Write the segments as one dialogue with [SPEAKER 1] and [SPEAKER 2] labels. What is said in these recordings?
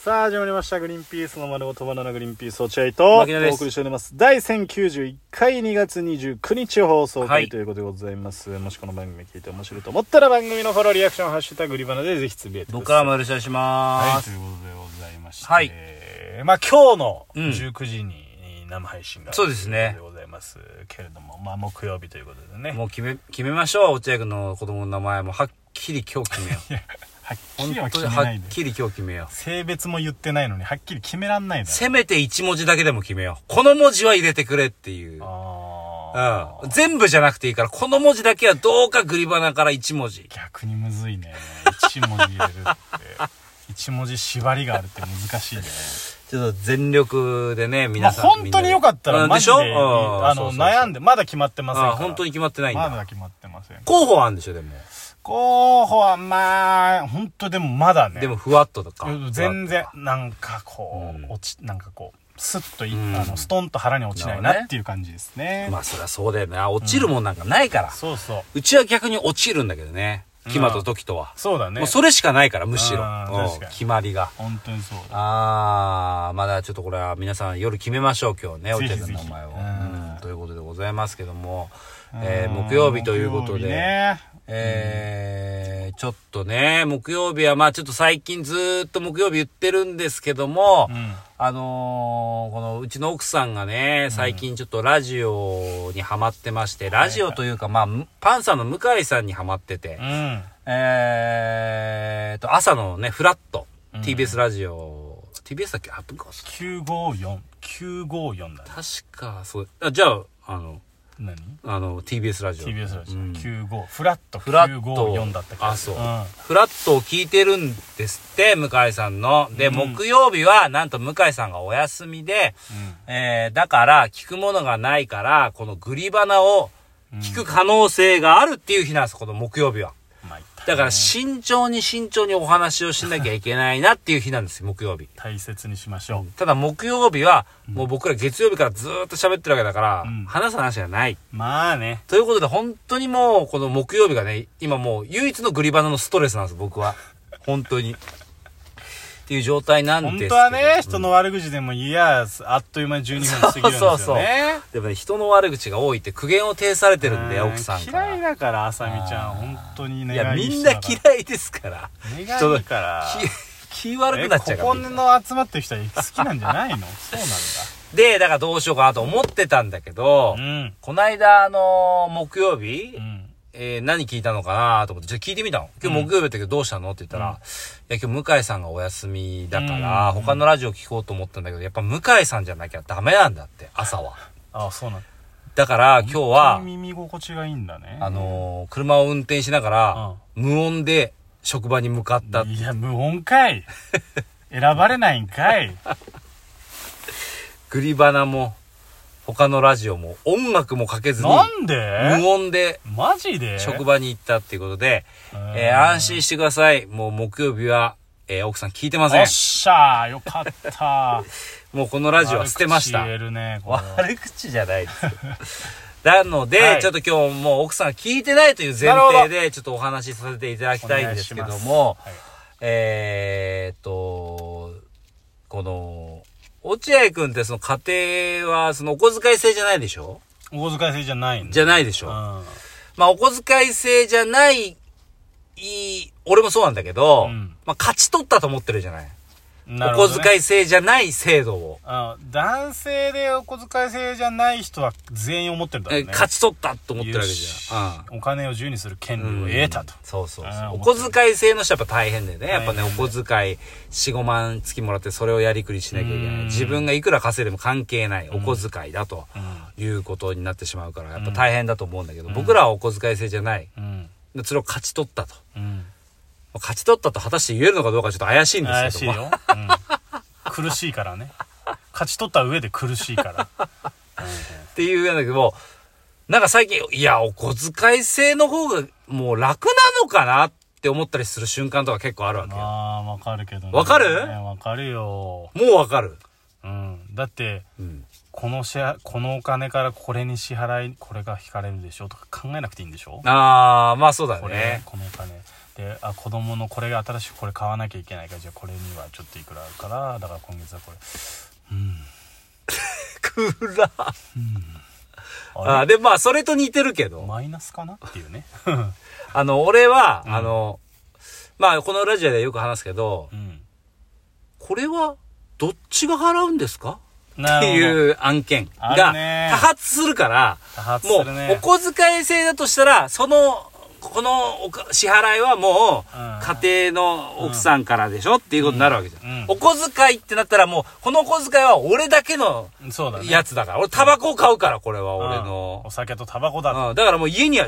[SPEAKER 1] さあ始まりました「グリーンピースの丸ごとバナナグリーンピース落合」とお
[SPEAKER 2] 牧野です
[SPEAKER 1] 送りしております第1091回2月29日放送
[SPEAKER 2] は
[SPEAKER 1] 回
[SPEAKER 2] い
[SPEAKER 1] ということでございます、もしこの番組聞いて面白いと思ったら番組のフォローリアクション「ハッシュタググリバナ」でぜひつぶやいてください
[SPEAKER 2] 僕はマルシャしま
[SPEAKER 1] はいと
[SPEAKER 2] す
[SPEAKER 1] い。うことでございまして、
[SPEAKER 2] はい
[SPEAKER 1] まあ今日の
[SPEAKER 2] うん
[SPEAKER 1] 19時に生配信が
[SPEAKER 2] そうですね
[SPEAKER 1] ということでございますけれどもまあ木曜日ということでね
[SPEAKER 2] もう決め、決めましょう。落合君の子供の名前もはっきり今日決めよう。
[SPEAKER 1] はっきりは
[SPEAKER 2] 本当
[SPEAKER 1] 決
[SPEAKER 2] に
[SPEAKER 1] め
[SPEAKER 2] は
[SPEAKER 1] ない
[SPEAKER 2] っ
[SPEAKER 1] で
[SPEAKER 2] きり今日決めよう。
[SPEAKER 1] 性別も言ってないのにはっきり決めらんないだろ
[SPEAKER 2] せめて一文字だけでも決めよう。この文字は入れてくれっていう。
[SPEAKER 1] あー
[SPEAKER 2] うん。全部じゃなくていいから、この文字だけはどうかグリバナから一文字。
[SPEAKER 1] 逆にむずいね一文字入れるって 一文字縛りがあるって難しいね
[SPEAKER 2] ちょっと全力でね、
[SPEAKER 1] まあ
[SPEAKER 2] 皆さん。
[SPEAKER 1] 本当によかった
[SPEAKER 2] う
[SPEAKER 1] ら
[SPEAKER 2] ん
[SPEAKER 1] マジで
[SPEAKER 2] しょうん
[SPEAKER 1] あ
[SPEAKER 2] そう
[SPEAKER 1] の
[SPEAKER 2] そうそう
[SPEAKER 1] 悩んでまだ決まってませんか
[SPEAKER 2] あ
[SPEAKER 1] ら
[SPEAKER 2] 本当に決まってないん
[SPEAKER 1] ま
[SPEAKER 2] だ。
[SPEAKER 1] だ決まってません
[SPEAKER 2] 候補はあるんでしょ、でも。
[SPEAKER 1] 候補はまあ本当でもまだね
[SPEAKER 2] でも、ふわっととか。
[SPEAKER 1] 全
[SPEAKER 2] ふわ
[SPEAKER 1] 然
[SPEAKER 2] っととか
[SPEAKER 1] なんかこう、
[SPEAKER 2] うん
[SPEAKER 1] 落ちなんかこうスッとい、
[SPEAKER 2] うん
[SPEAKER 1] あのストンと腹に落ちない
[SPEAKER 2] なるほど
[SPEAKER 1] な
[SPEAKER 2] ね
[SPEAKER 1] っていう感じですね
[SPEAKER 2] まあ、そりゃそうだよな。落ちるもんなんかないから。
[SPEAKER 1] そうそう
[SPEAKER 2] うちは逆に落ちるんだけどね。キマとトキとは。
[SPEAKER 1] そうだね
[SPEAKER 2] もうそれしかないから、むしろ。
[SPEAKER 1] あー
[SPEAKER 2] うん
[SPEAKER 1] 確かに
[SPEAKER 2] 決まりが。
[SPEAKER 1] 本当にそうだ
[SPEAKER 2] あー、まだちょっとこれは皆さん夜決めましょう、今日ね、お
[SPEAKER 1] ぜひ
[SPEAKER 2] 茶
[SPEAKER 1] ぜ
[SPEAKER 2] の
[SPEAKER 1] ひ
[SPEAKER 2] 名前
[SPEAKER 1] う
[SPEAKER 2] を。うんんということでございますけども、え
[SPEAKER 1] うん
[SPEAKER 2] ー木曜日というこ
[SPEAKER 1] 木
[SPEAKER 2] と
[SPEAKER 1] 曜日
[SPEAKER 2] で、
[SPEAKER 1] ね
[SPEAKER 2] えーちょっとね、木曜日はまあちょっと最近ずーっと木曜日言ってるんですけども
[SPEAKER 1] う、ん
[SPEAKER 2] あのーこのうちの奥さんがね、最近ちょっとラジオにハマってまして、ラジオというか、まあ、むパンサーの向井さんにハマってて、
[SPEAKER 1] うん
[SPEAKER 2] えーと、朝のね、フラット、
[SPEAKER 1] うん
[SPEAKER 2] TBS ラジオ、TBS だっけあ、文化放送
[SPEAKER 1] 954 954だね
[SPEAKER 2] 確か、そう、あじゃあ、あの、
[SPEAKER 1] 何
[SPEAKER 2] あの、TBS ラジオ。
[SPEAKER 1] TBS ラジオ
[SPEAKER 2] うん
[SPEAKER 1] 95フラット
[SPEAKER 2] フラット
[SPEAKER 1] 954だったけど
[SPEAKER 2] あそうんフラットを聞いてるんですって、向井さんの。で、
[SPEAKER 1] うん
[SPEAKER 2] 木曜日は、なんと向井さんがお休みで、えー、だから、聞くものがないから、このグリバナを
[SPEAKER 1] うん
[SPEAKER 2] 聞く可能性があるっていう日なんです、この木曜日は。
[SPEAKER 1] まあいったね
[SPEAKER 2] だから、慎重に慎重にお話をしなきゃいけないなっていう日なんですよ、木曜日。
[SPEAKER 1] 大切にしましょ
[SPEAKER 2] ただ、木曜日は、もう僕ら月曜日からずーっと喋ってるわけだから、
[SPEAKER 1] うん
[SPEAKER 2] 話す話がない。
[SPEAKER 1] うまあね
[SPEAKER 2] ということで、本当にもう、この木曜日がね、今もう唯一のグリバナのストレスなんです、僕は。本当に。っていう状態なんです
[SPEAKER 1] 本
[SPEAKER 2] け
[SPEAKER 1] 当
[SPEAKER 2] ど。
[SPEAKER 1] はね
[SPEAKER 2] うん
[SPEAKER 1] 人の悪口でもいやあっという間に12分過ぎるんです
[SPEAKER 2] そう
[SPEAKER 1] よ
[SPEAKER 2] そう
[SPEAKER 1] ね
[SPEAKER 2] でもね、人の悪口が多いって苦言を呈されてるんで、
[SPEAKER 1] うん
[SPEAKER 2] 奥さんから。
[SPEAKER 1] 嫌いだからあさみちゃん本当にね
[SPEAKER 2] いや、みんな嫌いですから。
[SPEAKER 1] い人だから人、
[SPEAKER 2] 気気悪くなっちゃう
[SPEAKER 1] え
[SPEAKER 2] か
[SPEAKER 1] ここ
[SPEAKER 2] らみんな。
[SPEAKER 1] の集まってる人は好きなんじゃない のそう
[SPEAKER 2] で、だからどうしようかなと思ってたんだけど、
[SPEAKER 1] なんだ
[SPEAKER 2] こないだ、あのー木曜日、
[SPEAKER 1] うんうん
[SPEAKER 2] えー何聞いたのかなと思って、ちょっと聞いてみたの。今日木曜日だったけどどうしたのって言ったら、いや今日向井さんがお休みだから、
[SPEAKER 1] うん
[SPEAKER 2] 他のラジオ聞こうと思ったんだけど、やっぱ向井さんじゃなきゃダメなんだって、朝は。
[SPEAKER 1] あそうなんだ
[SPEAKER 2] だから今日は、
[SPEAKER 1] 耳心地がいいんだね
[SPEAKER 2] あのー車を運転しながら、無音で職場に向かった。
[SPEAKER 1] いや無音か い選ばれないんかい
[SPEAKER 2] グリバナも、他のラジオも、音楽もかけずに、
[SPEAKER 1] なん
[SPEAKER 2] 無
[SPEAKER 1] で
[SPEAKER 2] 音で
[SPEAKER 1] マジで
[SPEAKER 2] 職場に行ったっていうことで、
[SPEAKER 1] うん
[SPEAKER 2] えー安心してください。もう木曜日は、えー奥さん聞いてませ
[SPEAKER 1] お
[SPEAKER 2] ん
[SPEAKER 1] っ。しゃーよかった
[SPEAKER 2] もうこの ラジオは捨てました
[SPEAKER 1] 悪口。言えるねこれ
[SPEAKER 2] 悪口じゃないですよなので、
[SPEAKER 1] はい
[SPEAKER 2] ちょっと今日もう奥さんが聞いてないという前提で、ちょっとお話しさせていただきたいんですけども、
[SPEAKER 1] はい
[SPEAKER 2] えーっと、この、落合くんってその家庭は、そのお小遣い制じゃないでしょ
[SPEAKER 1] お小遣い制じゃないんだ
[SPEAKER 2] じゃないでし
[SPEAKER 1] う
[SPEAKER 2] ょ、
[SPEAKER 1] ん
[SPEAKER 2] まあお小遣い制じゃない、いい俺もそうなんだけど、
[SPEAKER 1] うん
[SPEAKER 2] まあ勝ち取ったと思ってるじゃない
[SPEAKER 1] なるほ
[SPEAKER 2] お
[SPEAKER 1] どね
[SPEAKER 2] 小遣い制じゃない制度を。
[SPEAKER 1] あ男性でお小遣い制じゃない人は全員思ってるだろう
[SPEAKER 2] え
[SPEAKER 1] ね
[SPEAKER 2] 勝ち取ったと思ってるわけじゃん。うん
[SPEAKER 1] お金を自由にする権利を得たと、
[SPEAKER 2] そうそうそう
[SPEAKER 1] あー
[SPEAKER 2] お小遣い制の人はやっぱ大変だよねやっぱ
[SPEAKER 1] 大
[SPEAKER 2] ねお
[SPEAKER 1] 変だね
[SPEAKER 2] 小遣い45万月もらってそれをやりくりしなきゃいけな
[SPEAKER 1] うん
[SPEAKER 2] い自分がいくら稼いでも関係ないお小遣いだと
[SPEAKER 1] うん
[SPEAKER 2] いうことになってしまうからやっぱ大変だと思うんだけど僕らはお小遣い制じゃない
[SPEAKER 1] うん
[SPEAKER 2] それを勝ち取ったと
[SPEAKER 1] うん
[SPEAKER 2] 勝ち取ったと果たして言えるのかどうかちょっと怪しいんですけど
[SPEAKER 1] 怪しいよ、うん、苦しいからね勝ち取った上で苦しい から
[SPEAKER 2] っていうやんだけどもなんか最近いやお小遣い制の方がもう楽なのかなって思ったりする瞬間とか結構あるわけよ
[SPEAKER 1] まあわかるけどね
[SPEAKER 2] わかる
[SPEAKER 1] ねわかるよ、
[SPEAKER 2] もうわかる、
[SPEAKER 1] うん、だって
[SPEAKER 2] うん
[SPEAKER 1] この支払このお金からこれに支払いこれが引かれるでしょとか考えなくていいんでしょ
[SPEAKER 2] ああまあそうだ
[SPEAKER 1] こ
[SPEAKER 2] よ
[SPEAKER 1] れ、
[SPEAKER 2] ね
[SPEAKER 1] このお金であ子供のこれが新しくこれ買わなきゃいけないからじゃあこれにはちょっといくらあるからだから今月はこれうん
[SPEAKER 2] 暗っ
[SPEAKER 1] あ
[SPEAKER 2] あ
[SPEAKER 1] れ
[SPEAKER 2] で、まあ、それと似てるけど、
[SPEAKER 1] マイナスかなっていう ね
[SPEAKER 2] あの、俺は、あの、まあ、このラジオでよく話すけど、
[SPEAKER 1] うん
[SPEAKER 2] これは、どっちが払うんですか
[SPEAKER 1] な
[SPEAKER 2] って
[SPEAKER 1] る
[SPEAKER 2] いう案件
[SPEAKER 1] ある
[SPEAKER 2] が
[SPEAKER 1] ね
[SPEAKER 2] 多発するから、
[SPEAKER 1] 多発す
[SPEAKER 2] もう
[SPEAKER 1] るね、
[SPEAKER 2] お小遣い制だとしたら、その、このおか支払いはもう
[SPEAKER 1] うん、
[SPEAKER 2] 家庭の奥さんからでしょっていうことになるわけじゃん。
[SPEAKER 1] うんうん
[SPEAKER 2] お小遣いってなったらもう、このお小遣いは俺だけの
[SPEAKER 1] ほどそうだね
[SPEAKER 2] やつだから。俺、タバコを買うから、これは俺
[SPEAKER 1] うんお
[SPEAKER 2] の。
[SPEAKER 1] 酒とタバコだ
[SPEAKER 2] うん、だからもう家には、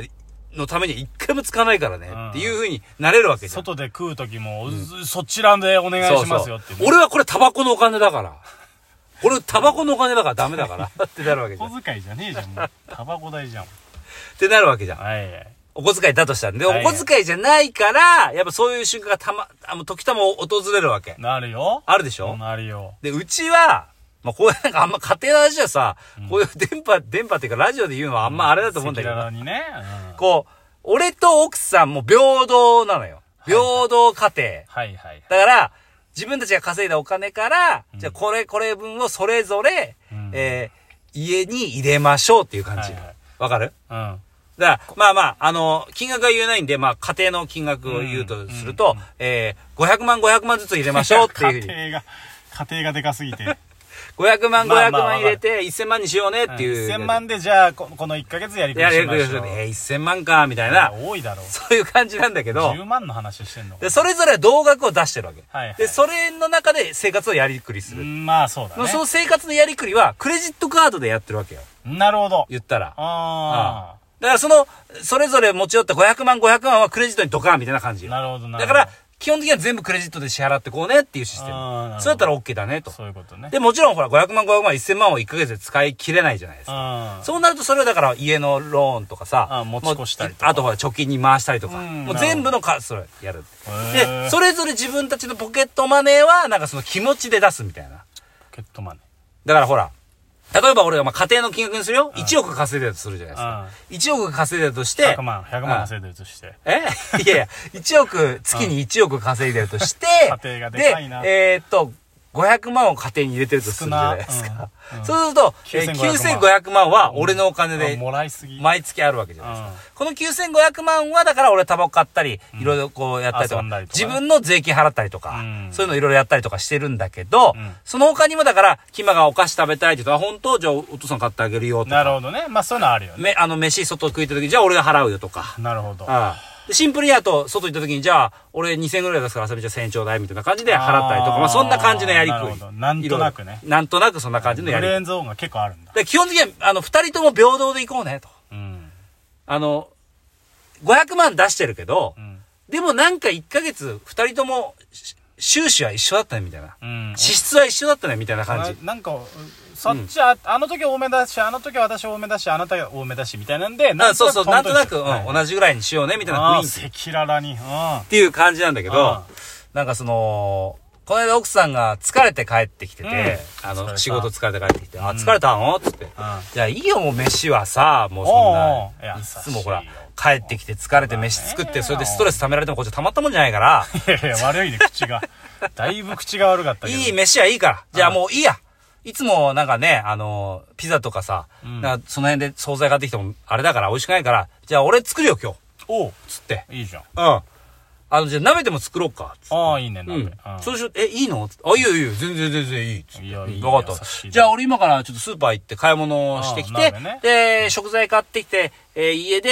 [SPEAKER 2] のためには一回も使わないからね、
[SPEAKER 1] うん
[SPEAKER 2] っていうふうになれるわけじゃん。
[SPEAKER 1] 外で食う時も、そちらでお願いしますよってね、
[SPEAKER 2] そうそう俺はこれタバコのお金だから。俺タバコのお金だからダメ だから。ってなるわけじゃん。っ
[SPEAKER 1] 小遣いじゃねえじゃんもうタバコ代じゃん
[SPEAKER 2] てなるわけじゃん。
[SPEAKER 1] はいはい
[SPEAKER 2] お小遣いだとしたら。で、お
[SPEAKER 1] はいはい
[SPEAKER 2] 小遣いじゃないから、やっぱそういう瞬間がたま、あの、時たま訪れるわけ。
[SPEAKER 1] なるよ
[SPEAKER 2] あるでしょ、
[SPEAKER 1] なるよ
[SPEAKER 2] で、うちは、まあ、こういう、なんかあんま家庭の話はさ、こういう電波、電波っていうかラジオで言うのはあんまあれだと思うんだけど、
[SPEAKER 1] 赤裸々にね、うん
[SPEAKER 2] こう、俺と奥さんも平等なのよ。平等家庭。
[SPEAKER 1] はいはい
[SPEAKER 2] だから、自分たちが稼いだお金から、じゃあこれこれ分をそれぞれ、
[SPEAKER 1] うん
[SPEAKER 2] えー家に入れましょうっていう感じ。わ、
[SPEAKER 1] はいはい
[SPEAKER 2] かる
[SPEAKER 1] はい
[SPEAKER 2] だから、まあまあ、あの、金額は言えないんで、まあ家庭の金額を言うとすると、えー500万500万ずつ入れましょうっていうふうに。
[SPEAKER 1] 家庭が家庭がでかすぎて
[SPEAKER 2] 500万
[SPEAKER 1] まあ
[SPEAKER 2] 500
[SPEAKER 1] まあ
[SPEAKER 2] 万入れて、1000万にしようねっていう。
[SPEAKER 1] 1000万でじゃあここの1ヶ月やりく
[SPEAKER 2] い
[SPEAKER 1] り
[SPEAKER 2] やいや
[SPEAKER 1] し
[SPEAKER 2] い
[SPEAKER 1] ま
[SPEAKER 2] やいや
[SPEAKER 1] しょう
[SPEAKER 2] えー1000万か、みたいな、
[SPEAKER 1] 多いだろう
[SPEAKER 2] そういう感じなんだけど、
[SPEAKER 1] 10万の話してんの
[SPEAKER 2] で、それぞれ同額を出してるわけ。
[SPEAKER 1] はいはい
[SPEAKER 2] で、それの中で生活をやりくりす
[SPEAKER 1] う
[SPEAKER 2] る。
[SPEAKER 1] んまあそうだ
[SPEAKER 2] のその
[SPEAKER 1] ね
[SPEAKER 2] 生活のやりくりは、クレジットカードでやってるわけよ。
[SPEAKER 1] なるほど
[SPEAKER 2] 言ったら。
[SPEAKER 1] あ
[SPEAKER 2] だからその、それぞれ持ち寄った500万、500万はクレジットにドカンみたいな感じ
[SPEAKER 1] あ
[SPEAKER 2] よ。
[SPEAKER 1] なるほどなる
[SPEAKER 2] だ
[SPEAKER 1] ほ
[SPEAKER 2] か
[SPEAKER 1] ど
[SPEAKER 2] ら、基本的には全部クレジットで支払ってこうねっていうシステム
[SPEAKER 1] あーなるほ。ど
[SPEAKER 2] そうだったら OK だねと。
[SPEAKER 1] そういうことね
[SPEAKER 2] で、もちろんほら、500万、500万、1000万を1ヶ月で使い切れないじゃないですか。
[SPEAKER 1] う
[SPEAKER 2] そうなると、それをだから、家のローンとかさ、
[SPEAKER 1] あー持ち越したりとか
[SPEAKER 2] もうあとほら、貯金に回したりとか、
[SPEAKER 1] うん
[SPEAKER 2] もう全部のか、それ、やる。
[SPEAKER 1] ん
[SPEAKER 2] で、そ
[SPEAKER 1] れ
[SPEAKER 2] れぞれ自分たちのポケットマネーは、なんかその気持ちで出すみたい
[SPEAKER 1] ポ
[SPEAKER 2] な。
[SPEAKER 1] ケットマネ
[SPEAKER 2] だからほら、例えば俺がまあ家庭の金額にするよ。1億稼いでたとするじゃないですか。1億稼いでたとして
[SPEAKER 1] ー100、万100
[SPEAKER 2] うん
[SPEAKER 1] 万稼いでるとして
[SPEAKER 2] え いやいや、1億、月に1億稼いでるとして、
[SPEAKER 1] 家庭がでかいな
[SPEAKER 2] えーっと、500万を家庭に入れてるとするじゃないですか。
[SPEAKER 1] 少なうんうん
[SPEAKER 2] そうすると、えー
[SPEAKER 1] 9500
[SPEAKER 2] 9500万は俺のお金
[SPEAKER 1] あ
[SPEAKER 2] で
[SPEAKER 1] もらいすぎ
[SPEAKER 2] 毎月あるわけじゃないですか。
[SPEAKER 1] うん
[SPEAKER 2] この9500万はだから俺タバコ買ったり、いろいろこうやったりとか、
[SPEAKER 1] 遊んだりとかね
[SPEAKER 2] 自分の税金払ったりとか、
[SPEAKER 1] うん
[SPEAKER 2] そういうのいろいろやったりとかしてるんだけど、
[SPEAKER 1] うん
[SPEAKER 2] その他にもだから、キマがお菓子食べたいって言うと、あ、本当じゃあお父さん買ってあげるよとか、
[SPEAKER 1] なるほどねまあそういうのあるよね
[SPEAKER 2] めあの、飯外食いた時、じゃあ俺が払うよとか、
[SPEAKER 1] なるほど
[SPEAKER 2] ああでシンプルにあと、外行った時に、じゃあ、俺2000円ぐらい出すから、遊びじゃあ1000円ちょうだいみたいな感じで払ったりとか、
[SPEAKER 1] あー
[SPEAKER 2] まあそんな感じのやりく
[SPEAKER 1] なる
[SPEAKER 2] り
[SPEAKER 1] ほど。なんとなくね
[SPEAKER 2] いろいろなんとなくそんな感じの
[SPEAKER 1] グ
[SPEAKER 2] やりく
[SPEAKER 1] レ
[SPEAKER 2] り
[SPEAKER 1] ーンゾーンが結構あるんだ。
[SPEAKER 2] で基本的には、あの、二人とも平等で行こうね、と。
[SPEAKER 1] うん
[SPEAKER 2] あの、500万出してるけど
[SPEAKER 1] う、ん
[SPEAKER 2] でもなんか1ヶ月2人ともし収支は一緒だったねみたいな。
[SPEAKER 1] うん
[SPEAKER 2] 支出は一緒だったねみたいな感じ。
[SPEAKER 1] ななんかそっちああの時多めだしあの時私多めだしあなたが多めだしみたいなんで
[SPEAKER 2] あそうそう、なんとなく、
[SPEAKER 1] トントンして
[SPEAKER 2] う
[SPEAKER 1] は
[SPEAKER 2] ん、
[SPEAKER 1] い
[SPEAKER 2] 同じぐらいにしようねみたい
[SPEAKER 1] あ
[SPEAKER 2] な
[SPEAKER 1] あ
[SPEAKER 2] 雰囲気っ
[SPEAKER 1] 赤裸々にうんは
[SPEAKER 2] ていう感じなんだけど
[SPEAKER 1] ああ、
[SPEAKER 2] なんかその、この間奥さんが疲れて帰ってきてて、
[SPEAKER 1] うん疲れ
[SPEAKER 2] あの、
[SPEAKER 1] た
[SPEAKER 2] 仕事疲れて帰ってきて、あ、疲れたのつって。じゃあいいよ、もう飯はさ、もうそ
[SPEAKER 1] おうお
[SPEAKER 2] ん
[SPEAKER 1] ういや
[SPEAKER 2] な、いつもほら
[SPEAKER 1] 優しいよ、
[SPEAKER 2] 帰ってきて疲れて飯作って、それでストレス溜められてもこっちはたまったもんじゃないから、
[SPEAKER 1] いやいや悪いね口 がだいぶ口が悪かったけど
[SPEAKER 2] いい飯はいいから。じゃあもういいや。いつもなんかね、あのーピザとかさ、
[SPEAKER 1] うん
[SPEAKER 2] なんかその辺で惣菜買ってきてもあれだから美味しくないから、じゃあ俺作るよ今日。
[SPEAKER 1] おう
[SPEAKER 2] つって。
[SPEAKER 1] いいじゃん
[SPEAKER 2] うん。あの、じゃあ鍋でも作ろうか。つって
[SPEAKER 1] ああいいね
[SPEAKER 2] う
[SPEAKER 1] 鍋うん
[SPEAKER 2] ん。そうしよう。え、いいのつってあ、いいよいいよ。全然全然いい。つって
[SPEAKER 1] いや
[SPEAKER 2] うん
[SPEAKER 1] いい
[SPEAKER 2] わかっ。
[SPEAKER 1] 優したい
[SPEAKER 2] じゃあ俺今からちょっとスーパー行って買い物をしてきて
[SPEAKER 1] うん、鍋ね
[SPEAKER 2] で、食材買ってきて、えー家で、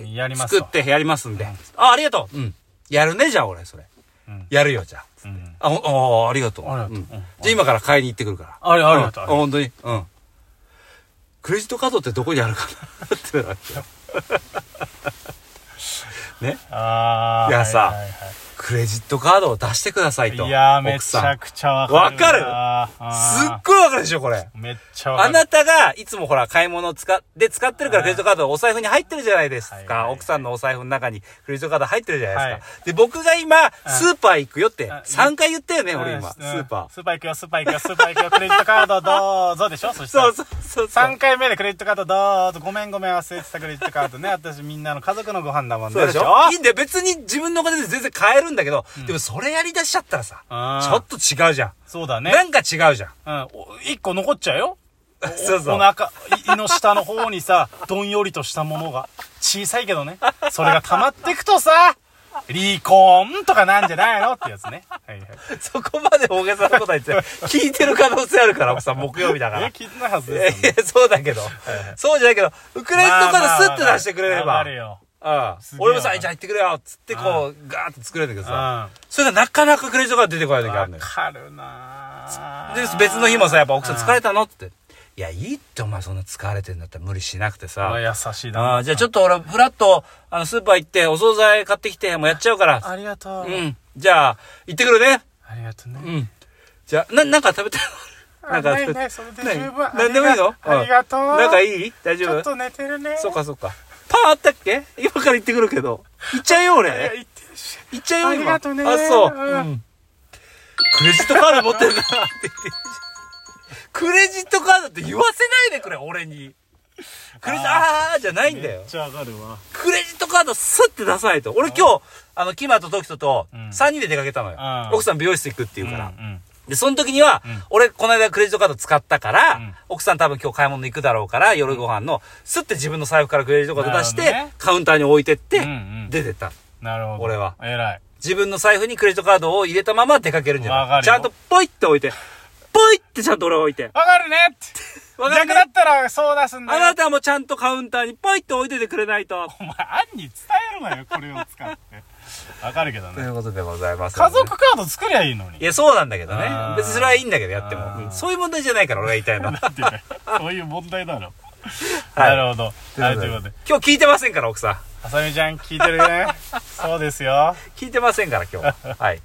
[SPEAKER 2] えー
[SPEAKER 1] やりますと
[SPEAKER 2] 作ってやりますんで。あ、ありがとう。うん。やるね、じゃあ俺、それ。
[SPEAKER 1] うん
[SPEAKER 2] やるよ、じゃあ。
[SPEAKER 1] うん
[SPEAKER 2] あ、ほああ、ありがとう。
[SPEAKER 1] ありがとうんうん
[SPEAKER 2] じゃあ今から買いに行ってくるから。
[SPEAKER 1] あれありがとう
[SPEAKER 2] うんあ、本当に。うん。クレジットカードってどこにあるかなってなって。ね
[SPEAKER 1] ああ
[SPEAKER 2] いやさ
[SPEAKER 1] はいはいはい
[SPEAKER 2] ククレジットカードを出してくださいと。
[SPEAKER 1] いやー、め
[SPEAKER 2] 奥
[SPEAKER 1] ち
[SPEAKER 2] さ
[SPEAKER 1] ゃ
[SPEAKER 2] ん。
[SPEAKER 1] くちゃわかるわ。
[SPEAKER 2] すっ
[SPEAKER 1] わ
[SPEAKER 2] ごいわかるでしょ、これ。
[SPEAKER 1] るめっちゃわか
[SPEAKER 2] あ
[SPEAKER 1] る。
[SPEAKER 2] なたが、いつもほら、買い物使っ、で使ってるからクレジットカードお財布に入ってるじゃないです
[SPEAKER 1] はいはい
[SPEAKER 2] か。
[SPEAKER 1] はい
[SPEAKER 2] 奥さんのお財布の中にクレジットカード入ってるじゃないですか。で、僕が今、スーパー行くよって、
[SPEAKER 1] あ
[SPEAKER 2] 3回言ったよね、
[SPEAKER 1] うん
[SPEAKER 2] 俺今。スー
[SPEAKER 1] うん
[SPEAKER 2] パ
[SPEAKER 1] スーパー行くよ、スーパー行くよ、スーパー行くよ、クレジットカードどうぞでしょそ
[SPEAKER 2] ー。
[SPEAKER 1] した
[SPEAKER 2] そ
[SPEAKER 1] ら
[SPEAKER 2] うそうそうそう。
[SPEAKER 1] 3回目でクレジットカードどうぞごめんごめん忘れてたクレジットカードね私みんなの家族のご飯だもんね
[SPEAKER 2] そうでしょいいんだよ。別に自分のお金で全然買えるんだけど、でもそれやり出しちゃったらさ、
[SPEAKER 1] うん
[SPEAKER 2] ちょっと違うじゃん。
[SPEAKER 1] そうだね
[SPEAKER 2] なんか違うじゃん。
[SPEAKER 1] うん1個残っちゃうよ
[SPEAKER 2] そうそう
[SPEAKER 1] お腹 胃の下の方にさどんよりとしたものが小さいけどねそれが溜まってくとさ離婚とかなんじゃないのってやつねはいはい
[SPEAKER 2] そこまで大げさなことは言 ってない、聞いてる可能性あるから、奥さん、木曜日だか
[SPEAKER 1] え
[SPEAKER 2] ら。
[SPEAKER 1] 聞いてないはず
[SPEAKER 2] いや
[SPEAKER 1] で
[SPEAKER 2] い
[SPEAKER 1] すよね
[SPEAKER 2] や、そうだけど。そうじゃないけど、ウクレジットからスッて出してくれれ
[SPEAKER 1] ま
[SPEAKER 2] ば。
[SPEAKER 1] あまあまあわかるよ
[SPEAKER 2] う
[SPEAKER 1] す
[SPEAKER 2] ん。
[SPEAKER 1] げえ
[SPEAKER 2] 俺もさ、じゃあ行ってくれよっつってこう、ガーって作れるんだけどさ。
[SPEAKER 1] う
[SPEAKER 2] それがなかなかクレジットから出てこない時ある
[SPEAKER 1] んわ
[SPEAKER 2] のよ。
[SPEAKER 1] かるな
[SPEAKER 2] で、別の日もさ、やっぱ奥さん
[SPEAKER 1] うん
[SPEAKER 2] 疲れたのって。いや、いいってお前そんな疲れてんだったら無理しなくてさ。
[SPEAKER 1] あ優しいな
[SPEAKER 2] ああ、じゃあちょっと俺、フラッと、あの、スーパー行って、お惣菜買ってきて、もうやっちゃうから。
[SPEAKER 1] ありがとう、
[SPEAKER 2] うん。じゃあ、行ってくるね。
[SPEAKER 1] ありがとうね、
[SPEAKER 2] うん。じゃあ、な、なんか食べたい
[SPEAKER 1] あ
[SPEAKER 2] なんか
[SPEAKER 1] な
[SPEAKER 2] 食
[SPEAKER 1] い
[SPEAKER 2] べたい
[SPEAKER 1] ないそれで
[SPEAKER 2] な
[SPEAKER 1] 十分ありが
[SPEAKER 2] なんでもいいの
[SPEAKER 1] ありがとう
[SPEAKER 2] なんかいい大
[SPEAKER 1] ち
[SPEAKER 2] 丈
[SPEAKER 1] ょっ
[SPEAKER 2] 夫
[SPEAKER 1] と寝てるね
[SPEAKER 2] そうかそうか。パンあったっけ今から行ってくるけど。行っちゃうよ
[SPEAKER 1] いや
[SPEAKER 2] 俺。
[SPEAKER 1] 言ってるし
[SPEAKER 2] 行っちゃ
[SPEAKER 1] あ
[SPEAKER 2] うよ今。
[SPEAKER 1] りがとね
[SPEAKER 2] あ、そう。
[SPEAKER 1] うん
[SPEAKER 2] うんクレジットカード持ってんだって言って。クレジットカードって言わせないでくれ、俺に。クレジット、あーじゃないんだよ
[SPEAKER 1] めっ。ちゃ上がるわ
[SPEAKER 2] クレジットカードスッて出さないと。俺今日、あの、キマとトキトと
[SPEAKER 1] うん
[SPEAKER 2] 3人で出かけたのよ
[SPEAKER 1] あ。ー
[SPEAKER 2] 奥さん美容室行くって言うから。
[SPEAKER 1] うんうん
[SPEAKER 2] で、その時には、
[SPEAKER 1] ん
[SPEAKER 2] 俺、この間クレジットカード使ったから、
[SPEAKER 1] うん
[SPEAKER 2] 奥さん多分今日買い物行くだろうから、夜ご飯の、スッて自分の財布からクレジットカード出して、
[SPEAKER 1] なるほどね
[SPEAKER 2] カウンターに置いてっ
[SPEAKER 1] う
[SPEAKER 2] て、
[SPEAKER 1] んうん
[SPEAKER 2] 出てった。
[SPEAKER 1] なるほど
[SPEAKER 2] 俺は
[SPEAKER 1] 偉い
[SPEAKER 2] 自分の財布にクレジットカードを入れたまま出かけるんじゃ
[SPEAKER 1] わか
[SPEAKER 2] ない
[SPEAKER 1] るよ
[SPEAKER 2] ちゃんとポイって置いて、ポイってちゃんと俺置いて。
[SPEAKER 1] わかるねって
[SPEAKER 2] わかる
[SPEAKER 1] 逆だったらそう出すんだ
[SPEAKER 2] あ
[SPEAKER 1] よ
[SPEAKER 2] なたもちゃんとカウンターにポイって置いててくれないと。
[SPEAKER 1] お前案に伝えるなよこれを使 ってわかるけど
[SPEAKER 2] と
[SPEAKER 1] ね
[SPEAKER 2] いうことでございます。
[SPEAKER 1] 家族カード作りゃいいのに
[SPEAKER 2] いや、そうなんだけどね
[SPEAKER 1] あー。
[SPEAKER 2] 別にそれはいいんだけど、やって
[SPEAKER 1] あ
[SPEAKER 2] も。
[SPEAKER 1] ー
[SPEAKER 2] うんそういう問題じゃないから、俺が言いたいの は。
[SPEAKER 1] ってねそういう問題だろ
[SPEAKER 2] は
[SPEAKER 1] な
[SPEAKER 2] い
[SPEAKER 1] るほどはいということで
[SPEAKER 2] 今日聞いてませんから、奥さん。
[SPEAKER 1] あさみちゃん聞いてるねそうですよ
[SPEAKER 2] 聞いてませんから、今日。はい。